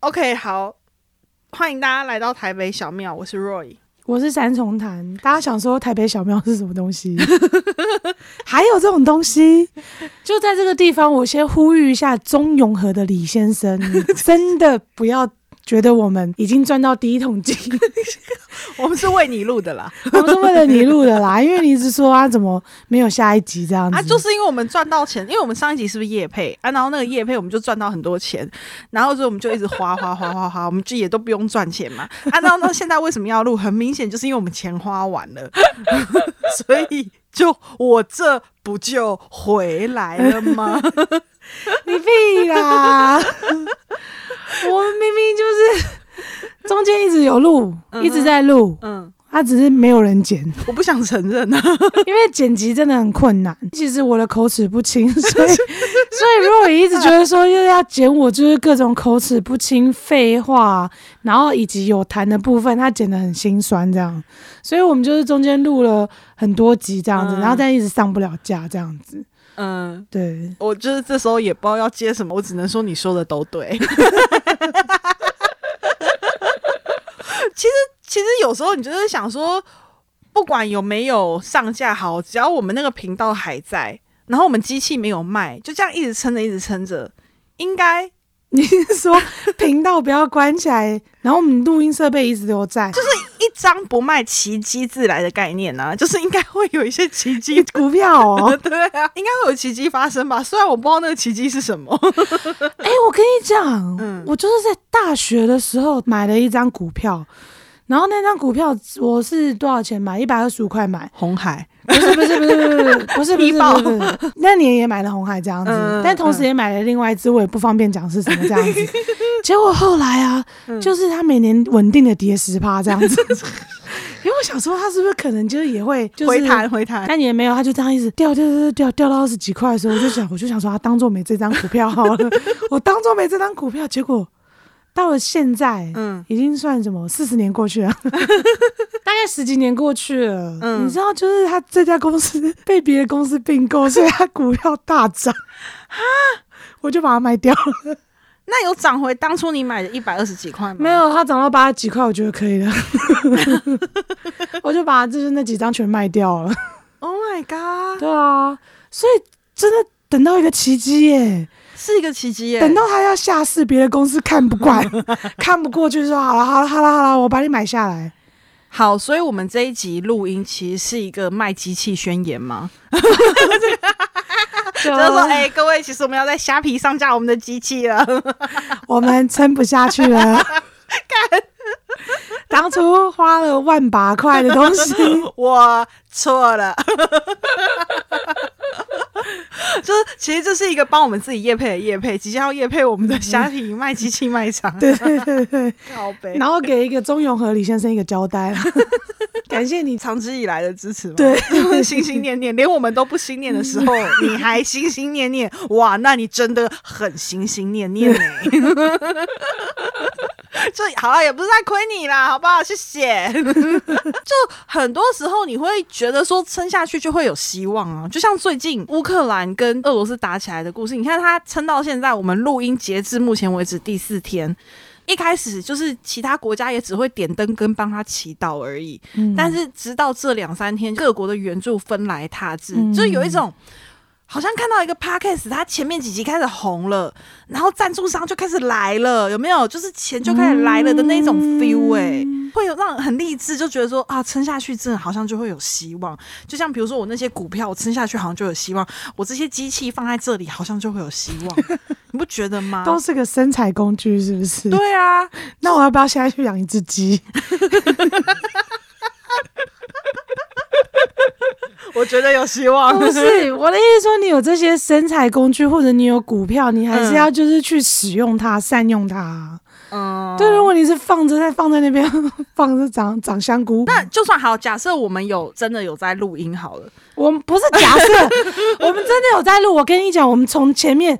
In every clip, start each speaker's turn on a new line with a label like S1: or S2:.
S1: OK，好，欢迎大家来到台北小庙，我是 Roy。
S2: 我是三重潭，大家想说台北小庙是什么东西？ 还有这种东西？就在这个地方，我先呼吁一下中永和的李 先生，你真的不要觉得我们已经赚到第一桶金，
S1: 我们是为你录的啦，
S2: 我们是为了你录的啦。因为你一直说啊，怎么没有下一集 这样子？
S1: 啊，就是因为我们赚到钱，因为我们上一集是不是夜配啊？然后那个夜配我们就赚到很多钱，然后所以我们就一直花花花花花，我们就也都不用赚钱嘛。啊，然后那 现在为什么要录？很明显就是因为我们钱花完了， 所以就我这不就回来了 吗？
S2: 你屁啦！ 我们明明就是中间一直有录，一直在录，
S1: 嗯，
S2: 他、只是没有人剪。
S1: 我不想承认啊，
S2: 因为剪辑真的很困难。其实我的口齿不清，所以 所以如果一直觉得说又要剪我，就是各种口齿不清、废话，然后以及有痰的部分，他剪得很心酸这样。所以我们就是中间录了很多集这样子，
S1: 嗯
S2: 然后但一直上不了架这样子。
S1: 嗯。
S2: 对，
S1: 我就是这时候也不知道要接什么，我只能说你说的都对。 其实，其实有时候你就是想说，不管有没有上架好，只要我们那个频道还在，然后我们机器没有卖，就这样一直撑着，一直撑着，应该
S2: 你是说频道不要关起来，然后我们录音设备一直都在，就是
S1: 一张不卖，奇迹自来的概念呢、啊，就是应该会有一些奇迹。
S2: 股票 哦。
S1: 对啊，应该会有奇迹发生吧？虽然我不知道那个奇迹是什么。
S2: 哎、我跟你讲，
S1: 嗯
S2: 我就是在大学的时候买了一张股票，然后那张股票我是多少钱买？一百二十五块买，
S1: 红海，
S2: 不是不是不是不是 不是
S1: 低
S2: 不
S1: 报
S2: 是不是不是，那年也买了红海这样子，
S1: 嗯
S2: 但同时也买了另外一只，我也不方便讲是什么这样子。结果后来啊，
S1: 嗯
S2: 就是它每年稳定的跌十趴这样子， 因为我想说它是不是可能就是也会就是
S1: 回弹回弹。
S2: 但也没有，他就这样一直掉掉掉掉掉掉到二十几块的时候，我就想，我就想说，他当做没这张股票好了， 我当做没这张股票。结果到了现在，
S1: 嗯
S2: 已经算什么？四十年过去 了，大概十几年过去了。
S1: 嗯
S2: 你知道，就是他这家公司被别的公司并购，所以他股票大涨啊，我就把它卖掉
S1: 嗯
S2: 了。
S1: 那有涨回当初你买的一百二十几块吗？
S2: 没有，它涨到八十几块，我觉得可以了， 我就把就是那几张全卖掉了。
S1: Oh my god！
S2: 对啊，所以真的等到一个奇迹耶！
S1: 是一个奇迹耶！
S2: 等到他要下市，别的公司看不惯，看不过去，说好了，好了，好了，好了，我把你买下来。
S1: 好，所以我们这一集录音其实是一个卖机器宣言嘛，
S2: 就
S1: 就是说，哎、各位，其实我们要在虾皮上架我们的机器 了。
S2: 我们撑不下去了。当初花了万把块的东西，
S1: 我错了，就是其实这是一个帮我们自己业配的业配，即将要业配我们的虾皮卖机器卖场。
S2: 对对对对，
S1: 靠背，
S2: 然后给一个钟永和李先生一个交代，感谢你。
S1: 长期以来的支持嘛，
S2: 对，
S1: 心心念念，连我们都不心念的时候，你还心心念念，哇，那你真的很心心念念呢、 这好了，也不是在亏你啦，好不好？谢谢。就很多时候你会觉得说撑下去就会有希望啊，就像最近乌克兰跟俄罗斯打起来的故事，你看他撑到现在，我们录音截至目前为止第四天。一开始就是其他国家也只会点灯跟帮他祈祷而已，
S2: 嗯
S1: 但是直到这两三天，各国的援助纷来沓至，
S2: 嗯
S1: 就有一种好像看到一个 podcast，它前面几集开始红了，然后赞助商就开始来了，有没有？就是钱就开始来了的那一种
S2: 嗯
S1: feel 哎、会有让很励志，就觉得说啊，撑下去真的好像就会有希望。就像比如说我那些股票，我撑下去好像就有希望；我这些机器放在这里，好像就会有希 望，你不觉得吗？
S2: 都是个生财工具，是不是？
S1: 对啊，
S2: 那我要不要现在去养一只鸡？
S1: 我觉得有希望。
S2: 哦不是我的意思，说你有这些生财工具，或者你有股票，你还是要就是去使用它、善用它。
S1: 嗯，
S2: 对，如果你是放着在放在那边 放着长长香菇，
S1: 那就算好，假设我们有真的有在录音好了，
S2: 我们不是假设，我们真的有在录。我跟你讲，我们从前面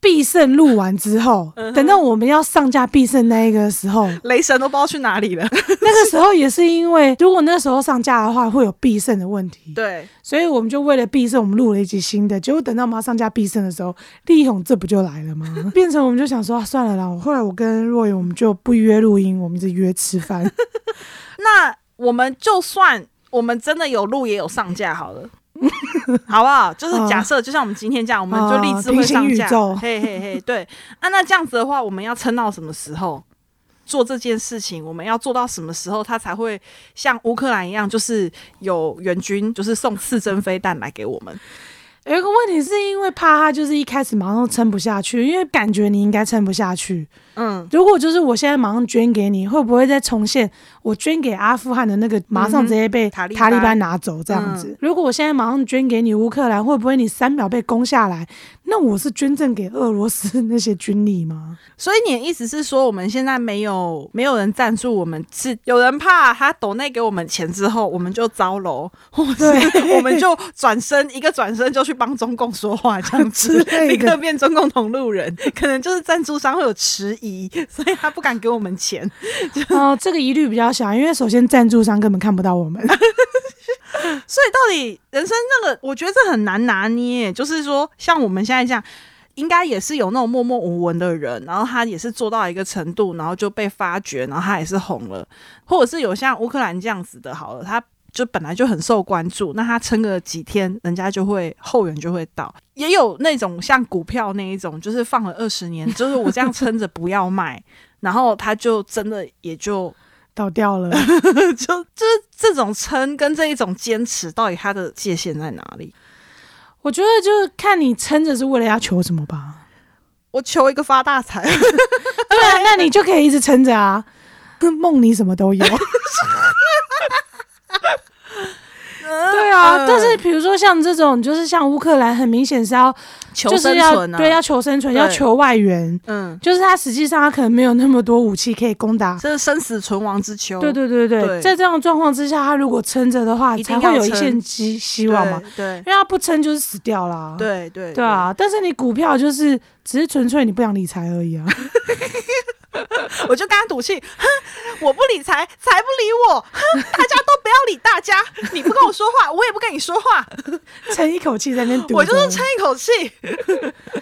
S2: 必胜录完之后，等到我们要上架必胜那一个时候，
S1: 雷神都不知道去哪里了。
S2: 那个时候也是因为，如果那时候上架的话，会有必胜的问题，
S1: 对，
S2: 所以我们就为了必胜，我们录了一集新的。结果等到我们要上架必胜的时候，力宏这不就来了吗？变成我们就想说、啊算了啦。后来我跟若云我们就不约录音，我们只约吃饭。
S1: 那我们就算我们真的有录也有上架好了。 好不好？就是假设，就像我们今天这样，我们就立志会上
S2: 哦平行宇宙
S1: 架。嘿嘿嘿，对啊，那这样子的话，我们要撑到什么时候做这件事情？我们要做到什么时候，它才会像乌克兰一样，就是有援军，就是送刺针飞弹来给我们？
S2: 有一个问题是因为怕他就是一开始马上撑不下去，因为感觉你应该撑不下去。
S1: 嗯，
S2: 如果就是我现在马上捐给你，会不会再重现我捐给阿富汗的那个，马上直接被
S1: 嗯塔利班嗯
S2: 塔利班拿走这样子？如果我现在马上捐给你乌克兰，会不会你三秒被攻下来？那我是捐赠给俄罗斯那些军 力吗？
S1: 所以你的意思是说，我们现在没有没有人赞助我们，是有人怕他抖内给我们钱之后，我们就招楼，或者是我们就转身一个转身就去帮中共说话这样
S2: 之
S1: 子，
S2: 类的
S1: 立刻变中共同路人，可能就是赞助商会有迟疑，所以他不敢给我们钱。
S2: 哦、这个疑虑比较小，因为首先赞助商根本看不到我们。
S1: 所以到底人生那个，我觉得这很难拿捏。就是说，像我们现在这样，应该也是有那种默默无闻的人，然后他也是做到一个程度，然后就被发掘，然后他也是红了，或者是有像乌克兰这样子的，好了，他。就本来就很受关注，那他撑个几天，人家就会后援就会到。也有那种像股票那一种，就是放了二十年，就是我这样撑着不要卖，然后他就真的也就
S2: 倒掉 了，
S1: 就就是这种撑跟这一种坚持，到底它的界限在哪里？
S2: 我觉得就是看你撑着是为了要求什么吧。
S1: 我求一个发大财，
S2: 对啊，那你就可以一直撑着啊，梦里什 么都有。对
S1: 对
S2: 啊，但是比如说像这种，就是像乌克兰，很明显是要
S1: 求
S2: 就是
S1: 生
S2: 要
S1: 存啊，
S2: 对要求生存，
S1: 对
S2: 要求外援，
S1: 嗯，
S2: 就是他实际上他可能没有那么多武器可以攻打。
S1: 这是生死存亡之秋，
S2: 对对对对，
S1: 哦对
S2: 在这样的状况之下，他如果撑着的话，
S1: 一定
S2: 才
S1: 要
S2: 会有一
S1: 撑
S2: 线希希
S1: 对，
S2: 望嘛。
S1: 对
S2: 因为他不撑就是死掉啦。
S1: 对对
S2: 对，啊，但是你股票就是只是纯粹你不想理财而已 啊。
S1: 对我就跟他赌气，哼，我不理财，财不理我， 哼，大家都不要理大家，你不跟我说话，我也不跟你说 话，
S2: 撑一口气在那边赌着，
S1: 我就是撑一口气，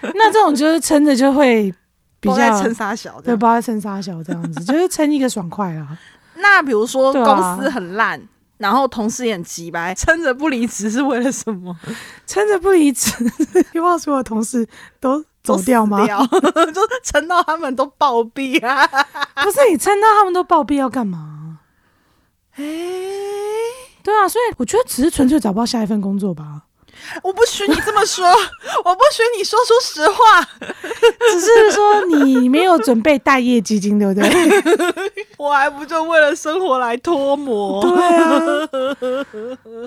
S2: 那这种就是撑着就会比
S1: 我在
S2: 较
S1: 撑傻小
S2: 对，
S1: 的。
S2: 不知道在撑啥小 这样子，就是撑一个爽快啊啦。
S1: 那比如说
S2: 对
S1: 公
S2: 啊
S1: 司很烂，然后同事也很急白，撑着不离职是为了什么？
S2: 撑着不离职， 又把所有同事都
S1: 都
S2: 走掉吗？
S1: 死掉 就撑到他们都暴毙 啊！
S2: 不是你撑到他们都暴毙要干嘛？
S1: 哎、
S2: 对啊，所以我觉得只是纯粹找不到下一份工作吧，
S1: 我不许你这么说， 我不许你说出实话。
S2: 只是说你没有准备待业基金，对不对？
S1: 我还不就为了生活来脱模？
S2: 对啊，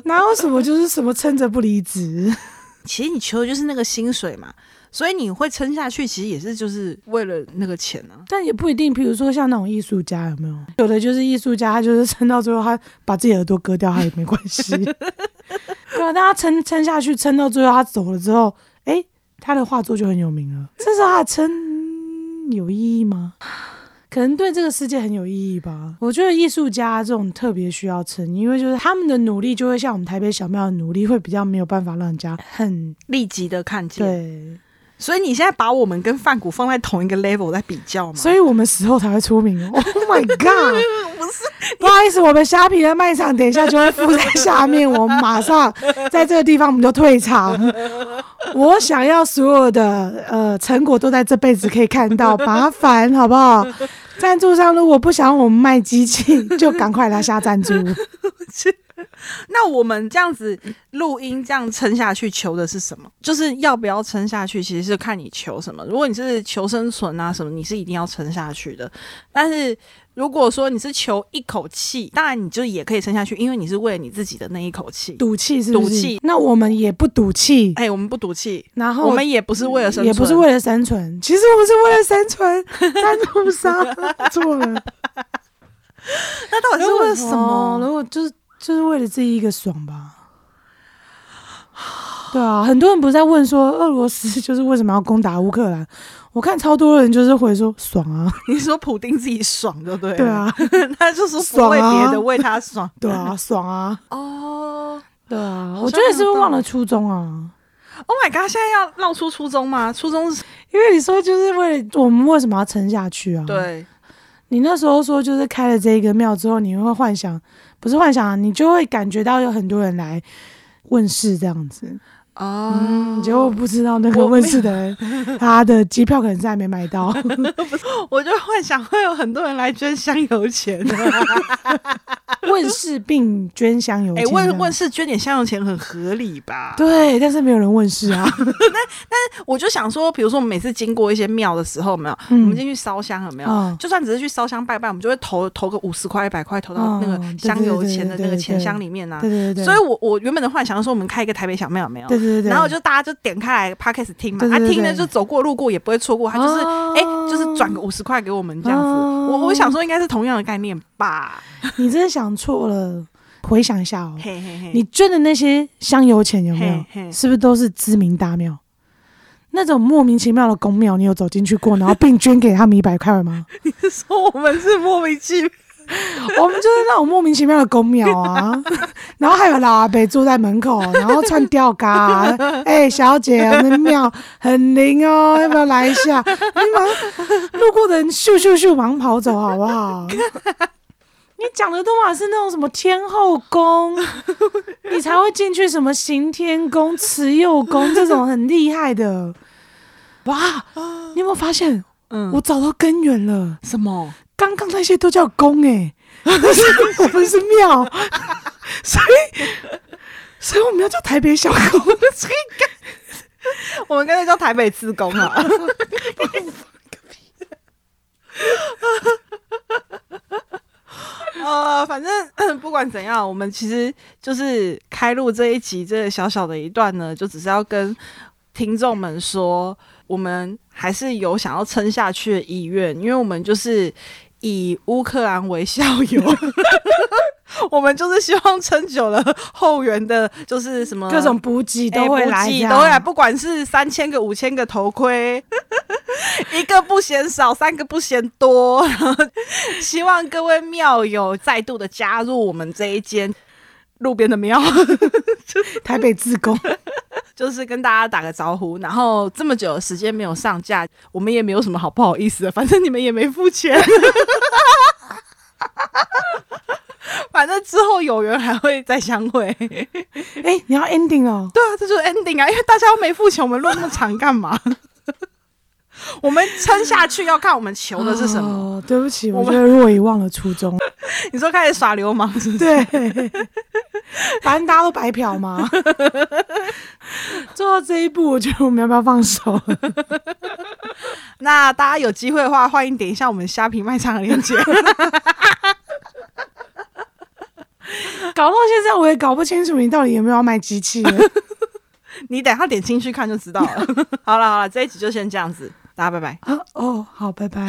S2: 哪有什么就是什么撑着不离职？
S1: 其实你求的就是那个薪水嘛，所以你会撑下去，其实也是就是为了那个钱啊。
S2: 但也不一定，比如说像那种艺术家，有没有？有的就是艺术家，他就是撑到最后，他把自己耳朵割掉，他也没关系。对啊，但他撑撑下去，撑到最后他走了之后，哎、他的画作就很有名了。这时候他的撑有意义吗？可能对这个世界很有意义吧。我觉得艺术家这种特别需要撑，因为就是他们的努力就会像我们台北小庙的努力，会比较没有办法让人家很
S1: 立即的看见，
S2: 对，
S1: 所以你现在把我们跟范谷放在同一个 level 在比较嘛？
S2: 所以我们死后才会 出名哦。Oh my god！
S1: 不是
S2: 不好意思，我们虾皮的卖场等一下就会附在下面，我们马上在这个地方我们就退场。 我想要所有的呃成果都在这辈子可以看到，麻烦好 不好？赞助商如果不想我们卖机器，就赶快来下赞助。
S1: 那我们这样子录音这样撑下去，求的是什么？就是要不要撑下去，其实是看你求什么。如果你是求生存啊什么，你是一定要撑下去的。但是如果说你是求一口气，当然你就也可以撑下去，因为你是为了你自己的那一口气。
S2: 赌气是不
S1: 赌
S2: 是
S1: 气？
S2: 那我们也不赌气，
S1: 哎、我们不赌气，
S2: 然后
S1: 我们也不是为了生存，
S2: 也不是为了生存，其实我们是为了生存，赞 助商错了。
S1: 那到底是为了什么？
S2: 如果就是就是为了自己一个爽吧。 对啊，很多人不是在问说俄罗斯就是为什么要攻打乌克兰？我看超多人就是回说爽啊，
S1: 你说普丁自己爽，对不对？
S2: 对，啊，
S1: 他就说不
S2: 爽
S1: 为别的，
S2: 啊
S1: 为他爽。
S2: 对啊，爽啊，
S1: 哦
S2: 对啊，
S1: 好
S2: 我
S1: 像欸
S2: 觉得是不
S1: 有
S2: 是
S1: 道
S2: 忘了
S1: 理
S2: 初衷啊？
S1: ，Oh my god！现在要绕出初衷吗？初衷是
S2: 因为你说就是为了我们为什么要撑下去啊？，
S1: 对，
S2: 你那时候说就是开了这个庙之后，你会幻想，不是幻想、啊，你就会感觉到有很多人来问世这样子。
S1: 哦
S2: 嗯，结 果不知道那个
S1: 我
S2: 问
S1: 没
S2: 世的人，他的机票可能是还没买 到。
S1: 我就幻想会有很多人来捐香油钱。
S2: 啊问世并捐香油
S1: 哎、
S2: 钱这样，
S1: 问问是捐点香油钱很合理吧？
S2: 对，但是没有人问世啊。
S1: 我就想说，比如说我们每次经过一些庙的时候，有没有，
S2: 嗯
S1: 我们进去烧香，有没有？
S2: 嗯
S1: 就算只是去烧香拜拜，我们就会投投个五十块、一百块，投到那
S2: 嗯
S1: 个
S2: 对
S1: 香油
S2: 对对
S1: 钱的
S2: 对
S1: 那个
S2: 对
S1: 钱
S2: 对
S1: 箱里面啊。
S2: 对对对对，
S1: 所以我我原本的幻想是说，我们开一个台北小庙，有没有？
S2: 对对对对，
S1: 然后就大家就点开来 podcast 听嘛，
S2: 对
S1: 他
S2: 对对
S1: 听呢
S2: 对
S1: 就走过路过也不会错过，他就是
S2: 哦
S1: 哎、就是转个五十块给我们这样子。
S2: 哦
S1: 我我想说应该是同样的概念吧，
S2: 你真的想错了，回想一下哦，
S1: 嘿嘿嘿，
S2: 你捐的那些香油钱有没有
S1: 嘿？嘿
S2: 是不是都是知名大庙？那种莫名其妙的公庙，你有走进去过，然后并捐给他们一百块吗？
S1: 是 说我们是莫名其妙。
S2: 我们就是那种莫名其妙的公庙啊， 然后还有老阿伯坐在门口，然后穿吊嘎、 啊，哎、小姐，我们的庙很灵哦，要不要来一下？你忙路过的人咻咻咻忙跑走，好不好？你讲的都嘛是那种什么天后宫，你才会进去什么行天宫、慈幼宫这种很厉害的。哇，你有没有发现
S1: 嗯，
S2: 我找到根源了？
S1: 什么？
S2: 刚刚那些都叫宫哎、但是我们是庙，所以所以我们要叫台北小宫。
S1: 我们干脆叫台北自工啊！ 呃，反正不管怎样，我们其实就是开录这一集这小小的一段呢，就只是要跟听众们说，我们还是有想要撑下去的意愿，因为我们就是以乌克兰为校友。 我们就是希望撑久了，后援的就是什么
S2: 各种补给
S1: 哎
S2: 都会
S1: 补
S2: 来，
S1: 给
S2: 这样
S1: 都会来，不管是三千个、五千个头盔， 一个不嫌少，三个不嫌多。希望各位庙友再度的加入我们这一间路边的庙，
S2: 台北自宫。
S1: 就是跟大家打个招呼。然后这么久的时间没有上架，我们也没有什么好不好意思的，反正你们也没付钱。 反正之后有缘还会再相会，对
S2: 哎、你要 ending 哦，
S1: 啊，这就是 ending 啊，因为大家都没付钱，我们录那么长干 嘛？我们撑下去要看我们求的是什么。
S2: 哦？对不起，
S1: 我
S2: 我
S1: 们
S2: 觉得若已忘了初 衷。
S1: 你说开始耍流氓是不是？
S2: 对，反正大家都白嫖嘛。做到这一步，我觉得我们要不要放手？
S1: 那大家有机会的话，欢迎点一下我们虾皮卖场的链 接。
S2: 搞到现在我也搞不清楚你到底有没有要卖机器了。
S1: 你等一下点进去看就知道了。好了好了，这一集就先这样子，大家拜拜。
S2: 啊哦，好，拜拜。